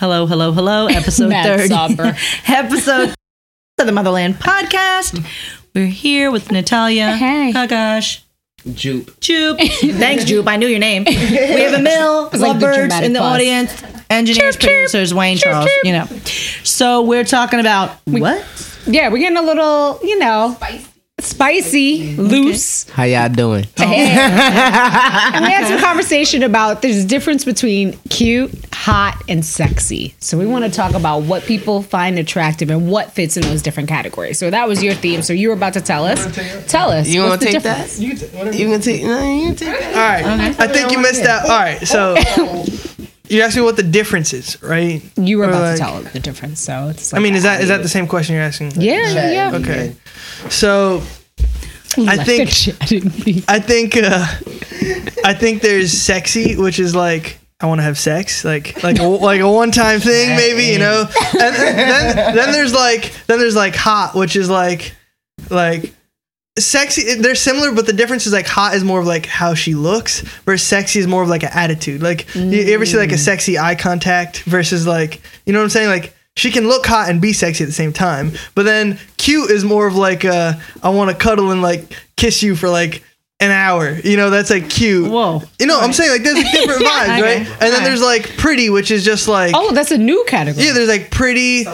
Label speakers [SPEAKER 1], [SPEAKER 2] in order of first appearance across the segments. [SPEAKER 1] Hello, hello, hello. Episode
[SPEAKER 2] Mad
[SPEAKER 1] 30.
[SPEAKER 2] somber.
[SPEAKER 1] episode of the Motherland Podcast. We're here with Natalia.
[SPEAKER 2] Hey.
[SPEAKER 1] Hagash.
[SPEAKER 3] Jupe.
[SPEAKER 1] Joop. Thanks, Joop. I knew your name. We have Emil,
[SPEAKER 2] like the
[SPEAKER 1] lovebirds
[SPEAKER 2] dramatic
[SPEAKER 1] in the
[SPEAKER 2] pause.
[SPEAKER 1] audience, engineers, producers, Wayne Charles, you know. So we're talking about what?
[SPEAKER 2] Yeah, we're getting a little, you know, spicy, loose.
[SPEAKER 3] How y'all doing?
[SPEAKER 2] And we had
[SPEAKER 4] Uh-huh.
[SPEAKER 2] some conversation about there's a difference between cute, hot, and sexy. So we want to talk about what people find attractive and what fits in those different categories. So that was your theme. So you were about to tell us. Tell us.
[SPEAKER 3] You
[SPEAKER 2] what's
[SPEAKER 3] want
[SPEAKER 2] the
[SPEAKER 3] to take
[SPEAKER 2] difference?
[SPEAKER 3] that? You gonna take? No, you gonna take that?
[SPEAKER 4] All right. I think you missed
[SPEAKER 2] Oh.
[SPEAKER 4] out. All right. So you asked me what the difference is, right?
[SPEAKER 2] You were
[SPEAKER 4] Or
[SPEAKER 2] about
[SPEAKER 4] like-
[SPEAKER 2] to tell the difference. So it's
[SPEAKER 4] I
[SPEAKER 2] like,
[SPEAKER 4] mean, is that is that the same question you're asking?
[SPEAKER 2] Yeah, yeah.
[SPEAKER 4] Okay. So
[SPEAKER 2] Left
[SPEAKER 4] think-
[SPEAKER 2] the chat in me.
[SPEAKER 4] I think uh, I think there's sexy, which is like I want to have sex, like like a, like a one time thing, maybe you know. And then then there's like then there's like hot, which is like like sexy. They're similar, but the difference is like hot is more of like how she looks, versus sexy is more of like an attitude. Like you, you ever see
[SPEAKER 2] Mm.
[SPEAKER 4] like a sexy eye contact versus like you know what I'm saying, like. She can look hot and be sexy at the same time, but then cute is more of like uh, I want to cuddle and like kiss you for like an hour. You know, that's like cute.
[SPEAKER 1] Whoa.
[SPEAKER 4] You know, I'm saying like there's like different vibes, right? And then there's like pretty, which is just like
[SPEAKER 2] Oh, that's a new category.
[SPEAKER 4] yeah, there's like pretty.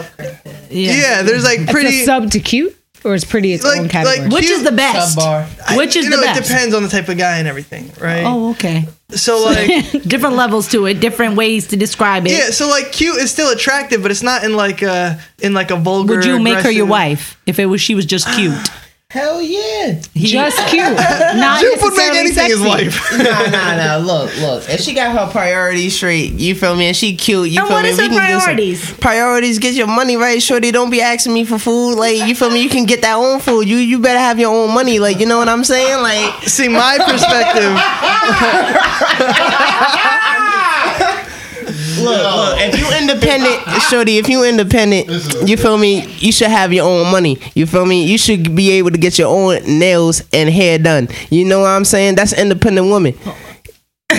[SPEAKER 4] Yeah, there's like
[SPEAKER 2] It's
[SPEAKER 4] pretty.
[SPEAKER 2] a sub to cute, or it's pretty its
[SPEAKER 4] Like-
[SPEAKER 2] own
[SPEAKER 4] like-
[SPEAKER 2] category.
[SPEAKER 1] Which
[SPEAKER 4] Cute
[SPEAKER 1] is the best?
[SPEAKER 4] I-
[SPEAKER 1] Which is
[SPEAKER 4] you
[SPEAKER 1] the
[SPEAKER 4] know, It
[SPEAKER 1] best?
[SPEAKER 4] depends on the type of guy and everything, right?
[SPEAKER 1] Oh, okay.
[SPEAKER 4] So like
[SPEAKER 1] Different levels to it, different ways to describe it.
[SPEAKER 4] yeah, so like cute is still attractive, but it's not in like a in like a vulgar.
[SPEAKER 1] Would you make her your
[SPEAKER 4] aggressive-
[SPEAKER 1] wife if it was she was just cute?
[SPEAKER 3] Hell yeah!
[SPEAKER 2] Just cute, not
[SPEAKER 4] Jupe would make
[SPEAKER 2] necessarily
[SPEAKER 4] anything
[SPEAKER 2] sexy.
[SPEAKER 4] his wife.
[SPEAKER 3] nah, nah, nah. Look, look. If she got her priorities straight, you feel me, and she cute, you
[SPEAKER 1] And
[SPEAKER 3] feel
[SPEAKER 1] what
[SPEAKER 3] me.
[SPEAKER 1] is
[SPEAKER 3] we
[SPEAKER 1] her
[SPEAKER 3] can do some-
[SPEAKER 1] priorities?
[SPEAKER 3] Priorities. Get your money right, shorty. Don't be asking me for food. Like you feel me. You can get that own food. You you better have your own money. Like you know what I'm saying. Like
[SPEAKER 4] See, my perspective.
[SPEAKER 3] look, look. If you independent, shorty. If you independent, you feel me. You should have your own money. You feel me. You should be able to get your own nails and hair done. You know what I'm saying? That's independent woman.
[SPEAKER 4] I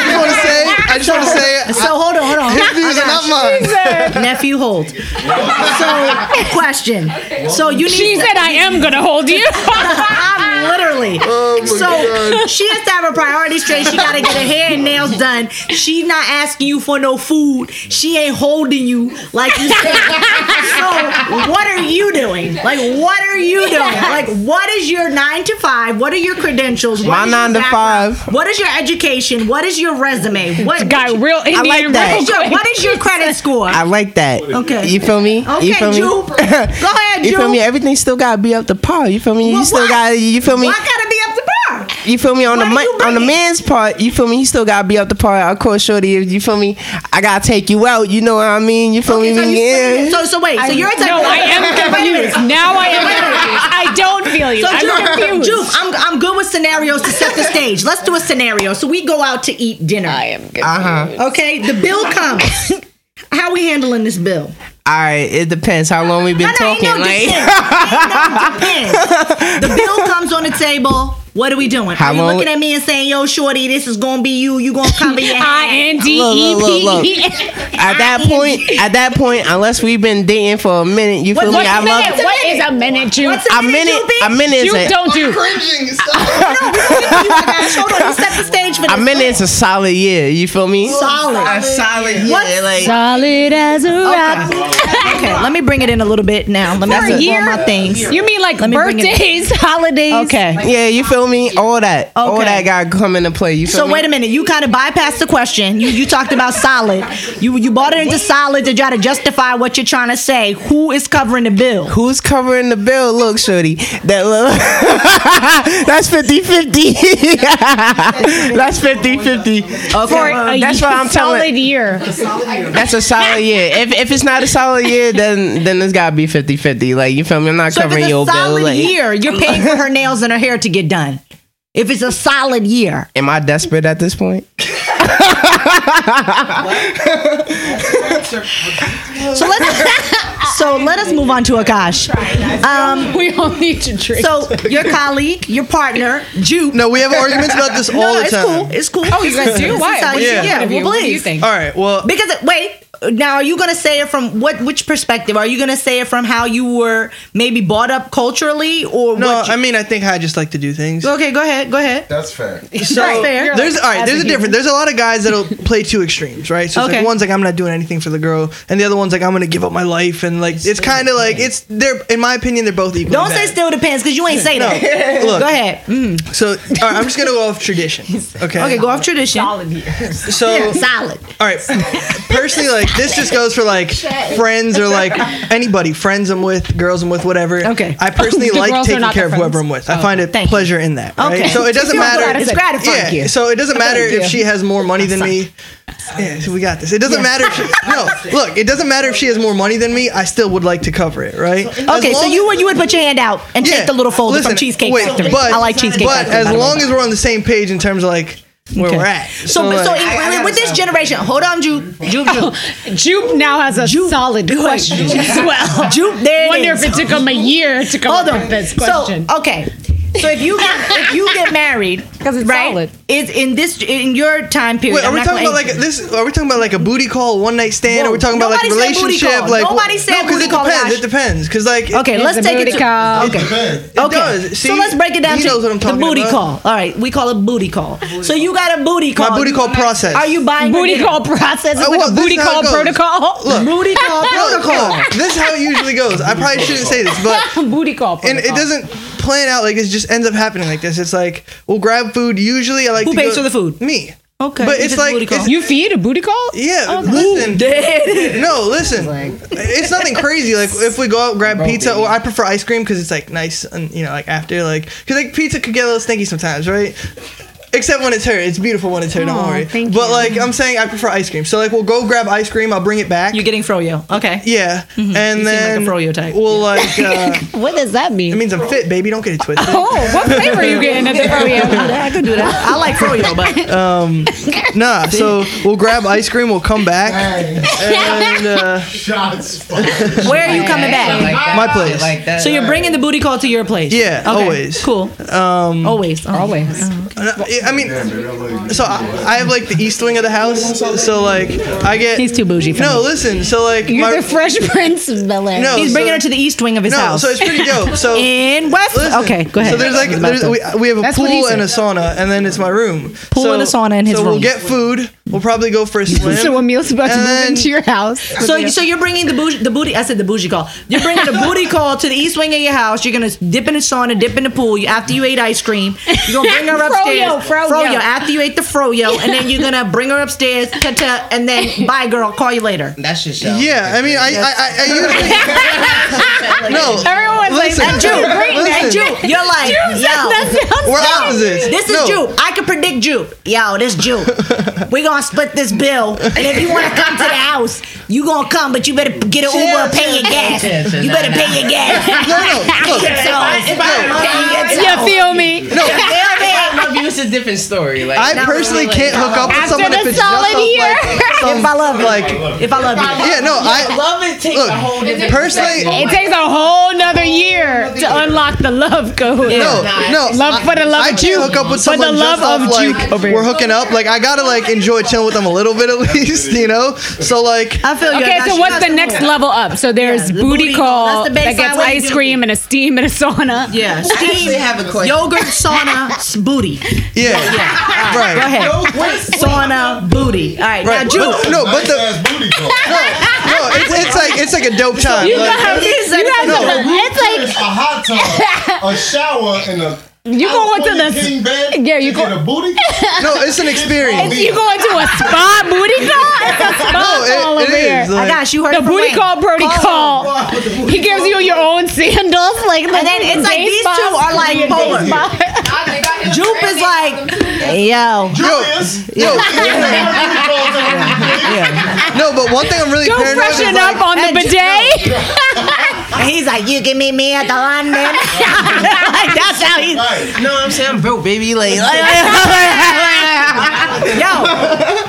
[SPEAKER 4] just want to say. I just want to say.
[SPEAKER 1] So hold on, hold on.
[SPEAKER 4] His views are not mine.
[SPEAKER 1] Nephew, hold. So, question. So you need
[SPEAKER 2] She said, "I am gonna hold you."
[SPEAKER 1] I'm literally.
[SPEAKER 4] Oh
[SPEAKER 1] so she has to have her priorities straight. She gotta get her hair and nails done. She's not asking you for no food. She ain't holding you like you said. so what are you doing? Like what are you doing? Like what is your nine to five? What are your credentials? What
[SPEAKER 3] My
[SPEAKER 1] is your
[SPEAKER 3] nine to
[SPEAKER 1] background?
[SPEAKER 3] five.
[SPEAKER 1] What is your education? What is your resume? What
[SPEAKER 2] Got real Indian
[SPEAKER 3] like
[SPEAKER 1] What
[SPEAKER 2] real
[SPEAKER 3] that.
[SPEAKER 1] is your,
[SPEAKER 2] quick.
[SPEAKER 1] what is your credit score?
[SPEAKER 3] I like that.
[SPEAKER 1] Okay.
[SPEAKER 3] You feel me?
[SPEAKER 1] Okay,
[SPEAKER 3] you feel me?
[SPEAKER 1] Jupe. Go ahead,
[SPEAKER 3] You feel me?
[SPEAKER 1] Jupe.
[SPEAKER 3] Everything still gotta be up to par. You feel me?
[SPEAKER 1] Well,
[SPEAKER 3] you still
[SPEAKER 1] why-
[SPEAKER 3] got. You feel me?
[SPEAKER 1] Why gotta be up to bar?
[SPEAKER 3] You feel me? On the
[SPEAKER 1] why do you
[SPEAKER 3] ma- on the
[SPEAKER 1] bring it?
[SPEAKER 3] man's part, you feel me? He still gotta be up to par. Of course, shorty. if You feel me? I gotta take you out. You know what I mean? You feel
[SPEAKER 1] Okay, so,
[SPEAKER 3] me?
[SPEAKER 1] you
[SPEAKER 3] yeah.
[SPEAKER 1] so so wait, so you're a type
[SPEAKER 2] No,
[SPEAKER 1] of
[SPEAKER 2] I am
[SPEAKER 1] Wait a minute.
[SPEAKER 2] confused. Now I am confused. I don't feel you.
[SPEAKER 1] So
[SPEAKER 2] I'm
[SPEAKER 1] Juke,
[SPEAKER 2] confused.
[SPEAKER 1] Juke, I'm I'm good with scenarios to set the stage. Let's do a scenario. So we go out to eat dinner. I am good.
[SPEAKER 3] uh huh.
[SPEAKER 1] Okay, the bill comes. How we handling this bill?
[SPEAKER 3] All right. It depends how long we've been
[SPEAKER 1] ain't
[SPEAKER 3] talking.
[SPEAKER 1] no
[SPEAKER 3] Like,
[SPEAKER 1] depends. Ain't no depends. The bill comes on the table. What are we doing?
[SPEAKER 3] How
[SPEAKER 1] are you
[SPEAKER 3] long
[SPEAKER 1] looking
[SPEAKER 3] we-
[SPEAKER 1] at me and saying, "Yo, shorty, this is gonna be you. You gonna cover your
[SPEAKER 2] I
[SPEAKER 1] head."
[SPEAKER 2] N D
[SPEAKER 3] Look, look, look,
[SPEAKER 2] E P.
[SPEAKER 3] look. at that point, at that point, unless we've been dating for a minute, you feel
[SPEAKER 1] What-
[SPEAKER 3] me? I
[SPEAKER 2] What
[SPEAKER 3] love.
[SPEAKER 2] minute? What is a minute, Juke?
[SPEAKER 1] What's a
[SPEAKER 3] A minute, a
[SPEAKER 1] Juke?
[SPEAKER 3] minute is
[SPEAKER 2] Juke,
[SPEAKER 3] a,
[SPEAKER 2] don't do.
[SPEAKER 4] Cringing.
[SPEAKER 1] Hold on, you set the stage for this.
[SPEAKER 3] a minute is a solid year. You feel me?
[SPEAKER 1] Solid.
[SPEAKER 3] A solid year.
[SPEAKER 1] What's-
[SPEAKER 3] like,
[SPEAKER 2] Solid as a rock.
[SPEAKER 1] Okay, let me bring it in a little bit now. Let me
[SPEAKER 2] For a
[SPEAKER 1] pull
[SPEAKER 2] year?
[SPEAKER 1] my things.
[SPEAKER 2] You mean like
[SPEAKER 1] Let me bring it-
[SPEAKER 2] birthdays, holidays?
[SPEAKER 1] Okay.
[SPEAKER 3] Yeah, you feel me? All that, all
[SPEAKER 1] Okay.
[SPEAKER 3] that got to come into play. You feel
[SPEAKER 1] So
[SPEAKER 3] me?
[SPEAKER 1] wait a minute. You kind of bypassed the question. You you talked about solid. You you bought it into solid to try to justify what you're trying to say. Who is covering the bill?
[SPEAKER 3] Who's covering the bill? Look, shorty, that look, that's 50-50. that's 50-50. Okay,
[SPEAKER 2] For a
[SPEAKER 3] that's
[SPEAKER 2] year,
[SPEAKER 3] what I'm
[SPEAKER 2] solid
[SPEAKER 3] telling.
[SPEAKER 2] year.
[SPEAKER 3] That's a solid year. If if it's not a solid year, then then it's gotta be 50-50. Like you feel me? I'm not
[SPEAKER 1] So if
[SPEAKER 3] covering
[SPEAKER 1] it's
[SPEAKER 3] your
[SPEAKER 1] a solid
[SPEAKER 3] bill. Like,
[SPEAKER 1] year, you're paying for her nails and her hair to get done. If it's a solid year,
[SPEAKER 3] am I desperate at this point?
[SPEAKER 1] So let's so let us move on to Akash. Um,
[SPEAKER 2] We all need to drink.
[SPEAKER 1] so your colleague, your partner, Jupe.
[SPEAKER 4] No, we have arguments about this all
[SPEAKER 1] no,
[SPEAKER 4] the
[SPEAKER 1] it's
[SPEAKER 4] time.
[SPEAKER 1] cool. It's cool.
[SPEAKER 2] oh, you guys do? Why?
[SPEAKER 1] It's how
[SPEAKER 2] What do
[SPEAKER 1] you-
[SPEAKER 2] you
[SPEAKER 1] yeah,
[SPEAKER 2] think of
[SPEAKER 1] well,
[SPEAKER 2] you? What do you
[SPEAKER 1] please.
[SPEAKER 2] think?
[SPEAKER 4] All right. Well,
[SPEAKER 1] Because wait, now are you gonna say it from what which perspective? Are you gonna say it from how you were maybe brought up culturally or
[SPEAKER 4] no,
[SPEAKER 1] what you-
[SPEAKER 4] I mean, I think I just like to do things.
[SPEAKER 1] Okay, go ahead, go ahead.
[SPEAKER 5] That's fact.
[SPEAKER 4] So
[SPEAKER 1] Right. Fair.
[SPEAKER 4] there's all right.
[SPEAKER 2] As
[SPEAKER 4] There's
[SPEAKER 2] a
[SPEAKER 4] a difference. There's a lot of guys that'll play two extremes, right? So it's
[SPEAKER 1] Okay.
[SPEAKER 4] like one's like I'm not doing anything for the girl, and the other one's like I'm gonna give up my life, and like it's kind of like it's they're in my opinion they're both equal.
[SPEAKER 1] Don't say still depends because you ain't say that.
[SPEAKER 4] look.
[SPEAKER 1] Go ahead. Mm.
[SPEAKER 4] So all right, I'm just gonna go off tradition. Okay.
[SPEAKER 1] Okay, go off tradition.
[SPEAKER 4] So
[SPEAKER 1] Yeah, solid.
[SPEAKER 4] all right. Personally, like this just goes for like friends or like anybody, friends I'm with, girls I'm with, whatever.
[SPEAKER 1] Okay.
[SPEAKER 4] I personally
[SPEAKER 2] The
[SPEAKER 4] like
[SPEAKER 2] girls are
[SPEAKER 4] taking
[SPEAKER 2] not
[SPEAKER 4] care
[SPEAKER 2] the
[SPEAKER 4] of whoever
[SPEAKER 2] friends.
[SPEAKER 4] I'm with. I find a
[SPEAKER 1] Oh, thank you.
[SPEAKER 4] pleasure in that. Right?
[SPEAKER 1] Okay.
[SPEAKER 4] So it doesn't
[SPEAKER 2] Feel
[SPEAKER 4] matter.
[SPEAKER 2] glad I
[SPEAKER 1] It's
[SPEAKER 2] said-
[SPEAKER 1] gratifying
[SPEAKER 4] yeah.
[SPEAKER 1] you.
[SPEAKER 4] So it doesn't matter if
[SPEAKER 2] you.
[SPEAKER 4] she has more money than me. Yeah, so we got this. It doesn't matter. If she, no, look, it doesn't matter if she has more money than me. I still would like to cover it, right? As
[SPEAKER 1] Okay, so
[SPEAKER 4] long-
[SPEAKER 1] you would you would put your hand out and
[SPEAKER 4] yeah,
[SPEAKER 1] take the little folder
[SPEAKER 4] listen,
[SPEAKER 1] from Cheesecake
[SPEAKER 4] wait,
[SPEAKER 1] Factory.
[SPEAKER 4] But,
[SPEAKER 1] I like Cheesecake
[SPEAKER 4] But
[SPEAKER 1] Factory. by
[SPEAKER 4] as
[SPEAKER 1] the way.
[SPEAKER 4] long as we're on the same page in terms of like where we're at.
[SPEAKER 1] so, so,
[SPEAKER 4] like-
[SPEAKER 1] in- with this generation, hold on, Jupe, Jupe, Jupe,
[SPEAKER 2] Jupe now has a solid question as well.
[SPEAKER 1] Jupe. There it
[SPEAKER 2] wonder
[SPEAKER 1] is.
[SPEAKER 2] if it took him a year to come
[SPEAKER 1] Hold
[SPEAKER 2] up
[SPEAKER 1] on.
[SPEAKER 2] with this question.
[SPEAKER 1] So okay. So if you get if you get married,
[SPEAKER 2] 'Cause it's
[SPEAKER 1] right,
[SPEAKER 2] solid.
[SPEAKER 1] It's in this in your time period.
[SPEAKER 4] Wait, are
[SPEAKER 1] I'm
[SPEAKER 4] we
[SPEAKER 1] not
[SPEAKER 4] talking
[SPEAKER 1] gonna
[SPEAKER 4] about like
[SPEAKER 1] age you.
[SPEAKER 4] this? Are we talking about like a booty call, one night stand?
[SPEAKER 1] Whoa.
[SPEAKER 4] Are we talking about like
[SPEAKER 1] Nobody said booty
[SPEAKER 4] relationship?
[SPEAKER 1] call.
[SPEAKER 4] Like
[SPEAKER 1] Nobody said
[SPEAKER 4] no, because
[SPEAKER 1] booty
[SPEAKER 4] it
[SPEAKER 1] call,
[SPEAKER 4] depends.
[SPEAKER 1] Josh.
[SPEAKER 4] It depends because like
[SPEAKER 1] Okay, let's
[SPEAKER 2] It's a
[SPEAKER 1] take it
[SPEAKER 2] booty
[SPEAKER 1] to
[SPEAKER 2] call.
[SPEAKER 1] okay.
[SPEAKER 5] Depend.
[SPEAKER 1] Okay,
[SPEAKER 4] does.
[SPEAKER 1] so
[SPEAKER 4] See?
[SPEAKER 1] let's break it down
[SPEAKER 4] He
[SPEAKER 1] to
[SPEAKER 4] knows what I'm
[SPEAKER 1] the
[SPEAKER 4] talking
[SPEAKER 1] booty
[SPEAKER 4] about.
[SPEAKER 1] call. All right, we call it booty call. so you got a booty call.
[SPEAKER 4] booty
[SPEAKER 1] You-
[SPEAKER 4] call process.
[SPEAKER 1] Are you buying her
[SPEAKER 2] booty
[SPEAKER 1] dinner?
[SPEAKER 2] call process is
[SPEAKER 4] Uh,
[SPEAKER 2] like
[SPEAKER 4] well,
[SPEAKER 2] a
[SPEAKER 4] this
[SPEAKER 2] booty
[SPEAKER 4] is how
[SPEAKER 2] call
[SPEAKER 4] it goes.
[SPEAKER 2] protocol.
[SPEAKER 4] Look.
[SPEAKER 1] Booty call protocol.
[SPEAKER 4] protocol. this is how it usually goes. I probably shouldn't say this, but
[SPEAKER 2] booty call
[SPEAKER 4] and
[SPEAKER 2] protocol.
[SPEAKER 4] it doesn't plan out like this. Just ends up happening like this. It's like we'll grab food. Usually, I like
[SPEAKER 1] Who
[SPEAKER 4] to
[SPEAKER 1] pays
[SPEAKER 4] go-
[SPEAKER 1] for the food?
[SPEAKER 4] Me.
[SPEAKER 1] Okay,
[SPEAKER 4] but
[SPEAKER 1] you
[SPEAKER 4] it's
[SPEAKER 1] said
[SPEAKER 4] like
[SPEAKER 1] booty call.
[SPEAKER 4] it's-
[SPEAKER 2] You feed a booty call?
[SPEAKER 4] yeah.
[SPEAKER 2] Okay.
[SPEAKER 4] Listen,
[SPEAKER 1] Oh, Dead.
[SPEAKER 4] No, listen. it's nothing crazy. Like if we go out and grab pizza, or I prefer ice cream because it's like nice and you know like after like because like pizza could get a little stinky sometimes, right? Except when it's her, it's beautiful when it's her. don't
[SPEAKER 2] Aw,
[SPEAKER 4] worry.
[SPEAKER 2] thank
[SPEAKER 4] but
[SPEAKER 2] you.
[SPEAKER 4] like I'm saying, I prefer ice cream. So like we'll go grab ice cream. I'll bring it back.
[SPEAKER 1] You're getting froyo. Okay.
[SPEAKER 4] yeah,
[SPEAKER 1] Mm-hmm.
[SPEAKER 4] and
[SPEAKER 1] You seem like a
[SPEAKER 4] then
[SPEAKER 1] froyo type.
[SPEAKER 4] Well, like uh,
[SPEAKER 2] What does that mean?
[SPEAKER 4] it means I'm fit, baby. Don't get it twisted.
[SPEAKER 2] oh, what flavor are you getting at the podium?
[SPEAKER 1] I could do that. I like froyo, but
[SPEAKER 4] Nah. So we'll grab ice cream. We'll come back.
[SPEAKER 5] Dang.
[SPEAKER 4] And, uh,
[SPEAKER 5] Shots fired.
[SPEAKER 1] where are you coming back?
[SPEAKER 4] My place.
[SPEAKER 6] Like that.
[SPEAKER 1] So you're bringing the booty call to your place?
[SPEAKER 4] Yeah,
[SPEAKER 1] Okay,
[SPEAKER 4] always.
[SPEAKER 1] Cool. Um, always.
[SPEAKER 2] Always.
[SPEAKER 4] I mean,
[SPEAKER 5] Damn it, I'm like-
[SPEAKER 4] so I, I have like the east wing of the house. So like I get
[SPEAKER 1] He's too bougie for
[SPEAKER 4] No, listen. So like
[SPEAKER 2] You're
[SPEAKER 4] my
[SPEAKER 2] the Fresh Prince of Bel Air.
[SPEAKER 4] no,
[SPEAKER 1] He's
[SPEAKER 4] so-
[SPEAKER 1] bringing her to the east wing of his
[SPEAKER 4] no.
[SPEAKER 1] house.
[SPEAKER 4] So it's pretty dope. So
[SPEAKER 1] in West.
[SPEAKER 4] listen,
[SPEAKER 1] okay, go ahead.
[SPEAKER 4] So there's like there's, we, we have a
[SPEAKER 2] That's what he
[SPEAKER 4] pool and a
[SPEAKER 2] said.
[SPEAKER 4] sauna, and then it's my room.
[SPEAKER 1] Pool
[SPEAKER 4] so,
[SPEAKER 1] and a sauna in his
[SPEAKER 4] so
[SPEAKER 1] room.
[SPEAKER 4] we'll get food. We'll probably go for a swim.
[SPEAKER 2] So Emil's about to
[SPEAKER 4] and
[SPEAKER 2] move
[SPEAKER 4] then-
[SPEAKER 2] into your house.
[SPEAKER 1] So, so you're bringing the bougie, the booty. I said the bougie call. You're bringing the booty call to the east wing of your house. You're gonna dip in the sauna, dip in the pool. You, after you ate ice cream, you're gonna bring her upstairs.
[SPEAKER 2] Froyo, froyo.
[SPEAKER 1] After you ate the froyo, and then you're gonna bring her upstairs. Ta-ta, and then bye, girl. Call you later.
[SPEAKER 6] That's just show.
[SPEAKER 4] Yeah, I mean, I I, I, I usually no.
[SPEAKER 2] Everyone's
[SPEAKER 4] Listen.
[SPEAKER 2] like,
[SPEAKER 1] And Jew, and
[SPEAKER 4] Listen.
[SPEAKER 1] Jew, you're like, yo,
[SPEAKER 4] We're opposites.
[SPEAKER 1] this is
[SPEAKER 4] no.
[SPEAKER 1] Jew. I can predict Jew. Yo, this Jew. We gonna split this bill, and if you wanna come to the house, you gonna come, but you better get an Uber, and pay your gas.
[SPEAKER 6] chill, chill,
[SPEAKER 1] You better
[SPEAKER 6] nah,
[SPEAKER 1] pay your gas.
[SPEAKER 4] No, no, look.
[SPEAKER 1] Get yours. Pay
[SPEAKER 2] you
[SPEAKER 1] yours.
[SPEAKER 2] feel me?
[SPEAKER 4] No,
[SPEAKER 6] love you. It's a different story. Like
[SPEAKER 4] I personally can't hook up with
[SPEAKER 2] After
[SPEAKER 4] someone
[SPEAKER 2] the
[SPEAKER 4] if it's just
[SPEAKER 2] solid
[SPEAKER 4] off, like,
[SPEAKER 2] year.
[SPEAKER 4] some,
[SPEAKER 1] If I love you.
[SPEAKER 4] like
[SPEAKER 1] If I love you.
[SPEAKER 4] yeah, no, I
[SPEAKER 6] love it. Takes
[SPEAKER 4] Look,
[SPEAKER 6] a whole different
[SPEAKER 4] personally-
[SPEAKER 2] It takes a whole nother year to unlock the love code.
[SPEAKER 4] No, no.
[SPEAKER 2] Love for the love
[SPEAKER 4] I
[SPEAKER 2] of
[SPEAKER 4] can't
[SPEAKER 2] Juke.
[SPEAKER 4] hook up with
[SPEAKER 2] For the
[SPEAKER 4] someone
[SPEAKER 2] love
[SPEAKER 4] just off,
[SPEAKER 2] of
[SPEAKER 4] like,
[SPEAKER 2] Juke over here.
[SPEAKER 4] we're hooking up. Like I gotta like enjoy chilling with them a little bit at least, you know. So like,
[SPEAKER 1] I feel you.
[SPEAKER 2] Okay,
[SPEAKER 1] Now
[SPEAKER 2] so
[SPEAKER 1] she
[SPEAKER 2] what's the
[SPEAKER 1] doesn't
[SPEAKER 2] next
[SPEAKER 1] know.
[SPEAKER 2] level up? So there's
[SPEAKER 1] Yeah, the
[SPEAKER 2] booty,
[SPEAKER 1] booty call.
[SPEAKER 2] call
[SPEAKER 1] That's the baseline
[SPEAKER 2] that gets
[SPEAKER 1] way to do
[SPEAKER 2] ice
[SPEAKER 1] it.
[SPEAKER 2] cream and a steam and a sauna.
[SPEAKER 1] Yeah,
[SPEAKER 6] I actually
[SPEAKER 1] steam,
[SPEAKER 6] have a question.
[SPEAKER 1] yogurt, sauna, s- booty.
[SPEAKER 4] yeah, right.
[SPEAKER 1] Go ahead. Sauna, booty. All right,
[SPEAKER 4] Right.
[SPEAKER 1] now Jew.
[SPEAKER 4] But- no, but
[SPEAKER 5] Nice
[SPEAKER 4] the
[SPEAKER 5] ass booty call.
[SPEAKER 4] no, it's, it's like it's like a dope time.
[SPEAKER 2] You
[SPEAKER 4] Like,
[SPEAKER 2] got
[SPEAKER 1] He said
[SPEAKER 2] you got
[SPEAKER 1] no.
[SPEAKER 2] it's
[SPEAKER 5] It's a hot tub, a shower, and a
[SPEAKER 2] like you go into
[SPEAKER 5] California
[SPEAKER 2] the
[SPEAKER 5] king bed.
[SPEAKER 2] Yeah, you go-
[SPEAKER 5] get a booty.
[SPEAKER 4] no, it's an experience.
[SPEAKER 2] you go into a spa booty call. It's a spa call
[SPEAKER 4] No, it,
[SPEAKER 2] over
[SPEAKER 4] it is.
[SPEAKER 2] here.
[SPEAKER 1] I
[SPEAKER 4] Like,
[SPEAKER 1] got you. Heard
[SPEAKER 2] The
[SPEAKER 1] it from
[SPEAKER 2] booty
[SPEAKER 1] Wayne.
[SPEAKER 2] call, Brody call.
[SPEAKER 5] Wow, the booty
[SPEAKER 2] He gives you your own sandals, like
[SPEAKER 1] And then it's like these two are like polar. Jupe is like, yo.
[SPEAKER 4] yo,
[SPEAKER 5] Julius.
[SPEAKER 4] yo,
[SPEAKER 5] Yeah.
[SPEAKER 4] no. But one thing I'm really
[SPEAKER 2] Go
[SPEAKER 4] paranoid is
[SPEAKER 2] freshen
[SPEAKER 4] like,
[SPEAKER 2] up on the
[SPEAKER 1] and-
[SPEAKER 2] bidet.
[SPEAKER 1] And he's like, you give me me at the London. like, that's how he's.
[SPEAKER 5] Right.
[SPEAKER 6] No, I'm saying I'm broke, baby. Like, like,
[SPEAKER 1] Yo,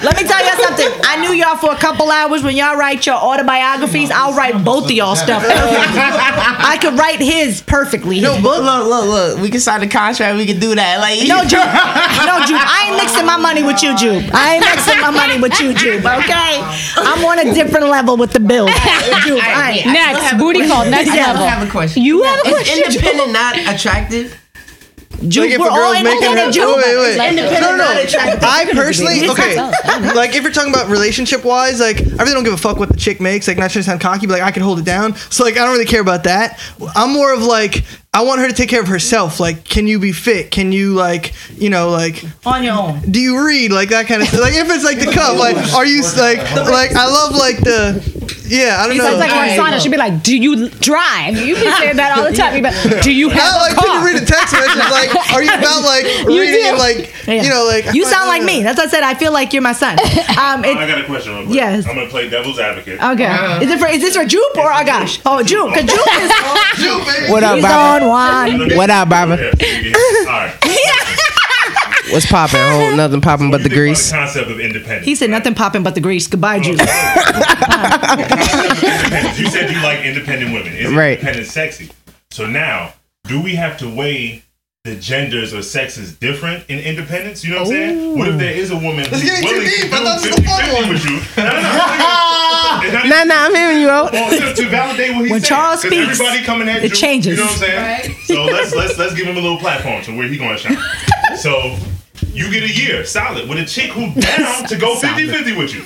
[SPEAKER 1] let me tell y'all something. I knew y'all for a couple hours when y'all write your autobiographies. I'll write both of y'all stuff. perfectly. I could write his perfectly.
[SPEAKER 3] No, but look, look, look. We can sign the contract. We can do that. Like,
[SPEAKER 1] No, Jupe. No, Jupe. I ain't mixing my money with you, Jupe. I ain't mixing my money with you, Jupe. Okay, I'm on a different level with the bills. Jupe, I ain't.
[SPEAKER 2] Next, booty call. Next
[SPEAKER 6] I still
[SPEAKER 2] level.
[SPEAKER 6] have a question.
[SPEAKER 2] You have a
[SPEAKER 6] Is
[SPEAKER 2] question.
[SPEAKER 6] independent not attractive?
[SPEAKER 1] Jupe,
[SPEAKER 4] if a
[SPEAKER 1] we're all
[SPEAKER 4] girl's
[SPEAKER 1] in
[SPEAKER 4] making her-
[SPEAKER 1] the Jupe.
[SPEAKER 4] wait, wait, wait.
[SPEAKER 6] Independent
[SPEAKER 4] No, no,
[SPEAKER 6] not attractive.
[SPEAKER 4] I personally,
[SPEAKER 2] This
[SPEAKER 4] okay,
[SPEAKER 2] is us.
[SPEAKER 4] like if you're talking about relationship wise, like I really don't give a fuck what the chick makes. Like not trying to sound cocky, but like I can hold it down. So like I don't really care about that. I'm more of like I want her to take care of herself. Like, can you be fit? Can you like, you know, like
[SPEAKER 1] on your own.
[SPEAKER 4] do you read like that kind of stuff? Like if it's like the cup, like are you like like I love like the yeah I don't know.
[SPEAKER 2] It's like on sauna. She'd be like, "Do you drive?" You've been saying that all the time. You'd be like, "Do you have
[SPEAKER 4] I like
[SPEAKER 2] a car?"
[SPEAKER 4] couldn't read a text message. Like, are you about like reading and like you know like
[SPEAKER 1] You
[SPEAKER 4] I
[SPEAKER 1] sound like
[SPEAKER 4] don't
[SPEAKER 1] me.
[SPEAKER 4] know.
[SPEAKER 1] That's what I said. I feel like you're my son. Um, it,
[SPEAKER 7] I got a question. Real quick.
[SPEAKER 1] Yes.
[SPEAKER 7] I'm gonna play devil's advocate.
[SPEAKER 1] Okay. Is it for is this for Jupe or Agash? Oh, Jupe, cause Jupe is
[SPEAKER 3] what up,
[SPEAKER 1] he's
[SPEAKER 3] Baba?
[SPEAKER 1] on one.
[SPEAKER 7] Let me-
[SPEAKER 3] What up, Baba?
[SPEAKER 7] Yeah, yeah, yeah. All right. What do you
[SPEAKER 3] What's popping? Oh, nothing popping but the
[SPEAKER 7] think about
[SPEAKER 3] grease.
[SPEAKER 7] concept of independence.
[SPEAKER 1] He said nothing popping but the grease. Goodbye, Jupe.
[SPEAKER 7] Independence. You said you like independent women. Is
[SPEAKER 3] Right.
[SPEAKER 7] independent sexy? So now, do we have to weigh the genders or sexes different in independence? You know what I'm saying? What if there is a woman who's
[SPEAKER 4] getting too
[SPEAKER 7] willing to
[SPEAKER 4] deep. I
[SPEAKER 7] do
[SPEAKER 4] thought this was a fun
[SPEAKER 7] 50-50
[SPEAKER 4] one.
[SPEAKER 7] with you? No, no, no. It's not-
[SPEAKER 3] Nah, nah, I'm hearing you out.
[SPEAKER 7] Well, to, to validate what he's
[SPEAKER 1] When
[SPEAKER 7] saying,
[SPEAKER 1] Charles
[SPEAKER 7] 'cause
[SPEAKER 1] speaks,
[SPEAKER 7] everybody coming at
[SPEAKER 1] it
[SPEAKER 7] you,
[SPEAKER 1] changes.
[SPEAKER 7] You know what I'm saying? So let's let's let's give him a little platform to where he gonna shine. so you get a year solid with a chick who down to go 50-50 with you.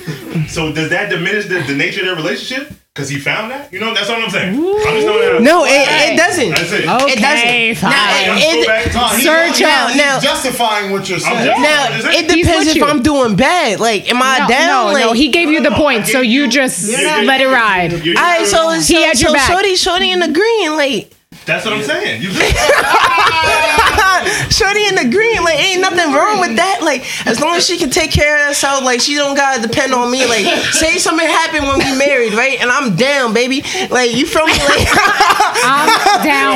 [SPEAKER 7] So does that diminish the, the nature of their relationship? Because he found that? You know, that's what I'm saying. I'm just throwing that out.
[SPEAKER 3] No, it, it doesn't.
[SPEAKER 7] That's it.
[SPEAKER 3] It
[SPEAKER 2] Okay,
[SPEAKER 3] doesn't. Now,
[SPEAKER 7] Y'all
[SPEAKER 3] it,
[SPEAKER 7] just go back. Nah, he-
[SPEAKER 3] Search out
[SPEAKER 5] he's
[SPEAKER 3] now.
[SPEAKER 5] justifying what you're saying.
[SPEAKER 7] just-
[SPEAKER 3] now, it
[SPEAKER 2] He's
[SPEAKER 3] depends
[SPEAKER 2] with
[SPEAKER 3] if
[SPEAKER 2] you.
[SPEAKER 3] I'm doing bad. Like, am I
[SPEAKER 2] No,
[SPEAKER 3] down?
[SPEAKER 2] no,
[SPEAKER 3] like,
[SPEAKER 2] no. He gave you the
[SPEAKER 7] No, no,
[SPEAKER 2] point,
[SPEAKER 7] I
[SPEAKER 2] so
[SPEAKER 7] gave
[SPEAKER 2] you
[SPEAKER 7] you-
[SPEAKER 2] just
[SPEAKER 7] You're not-
[SPEAKER 2] let it ride.
[SPEAKER 7] You're-
[SPEAKER 3] All right, so it's
[SPEAKER 2] He
[SPEAKER 3] so,
[SPEAKER 2] had your
[SPEAKER 3] so
[SPEAKER 2] back.
[SPEAKER 3] Shorty, Shorty in the green, like
[SPEAKER 7] that's what I'm saying. You
[SPEAKER 3] Shorty in the green, like ain't nothing wrong with that. Like as long as she can take care of herself, like she don't gotta depend on me. Like say something happened when we married, right? And I'm down, baby. Like you feel me? Like
[SPEAKER 2] I'm down.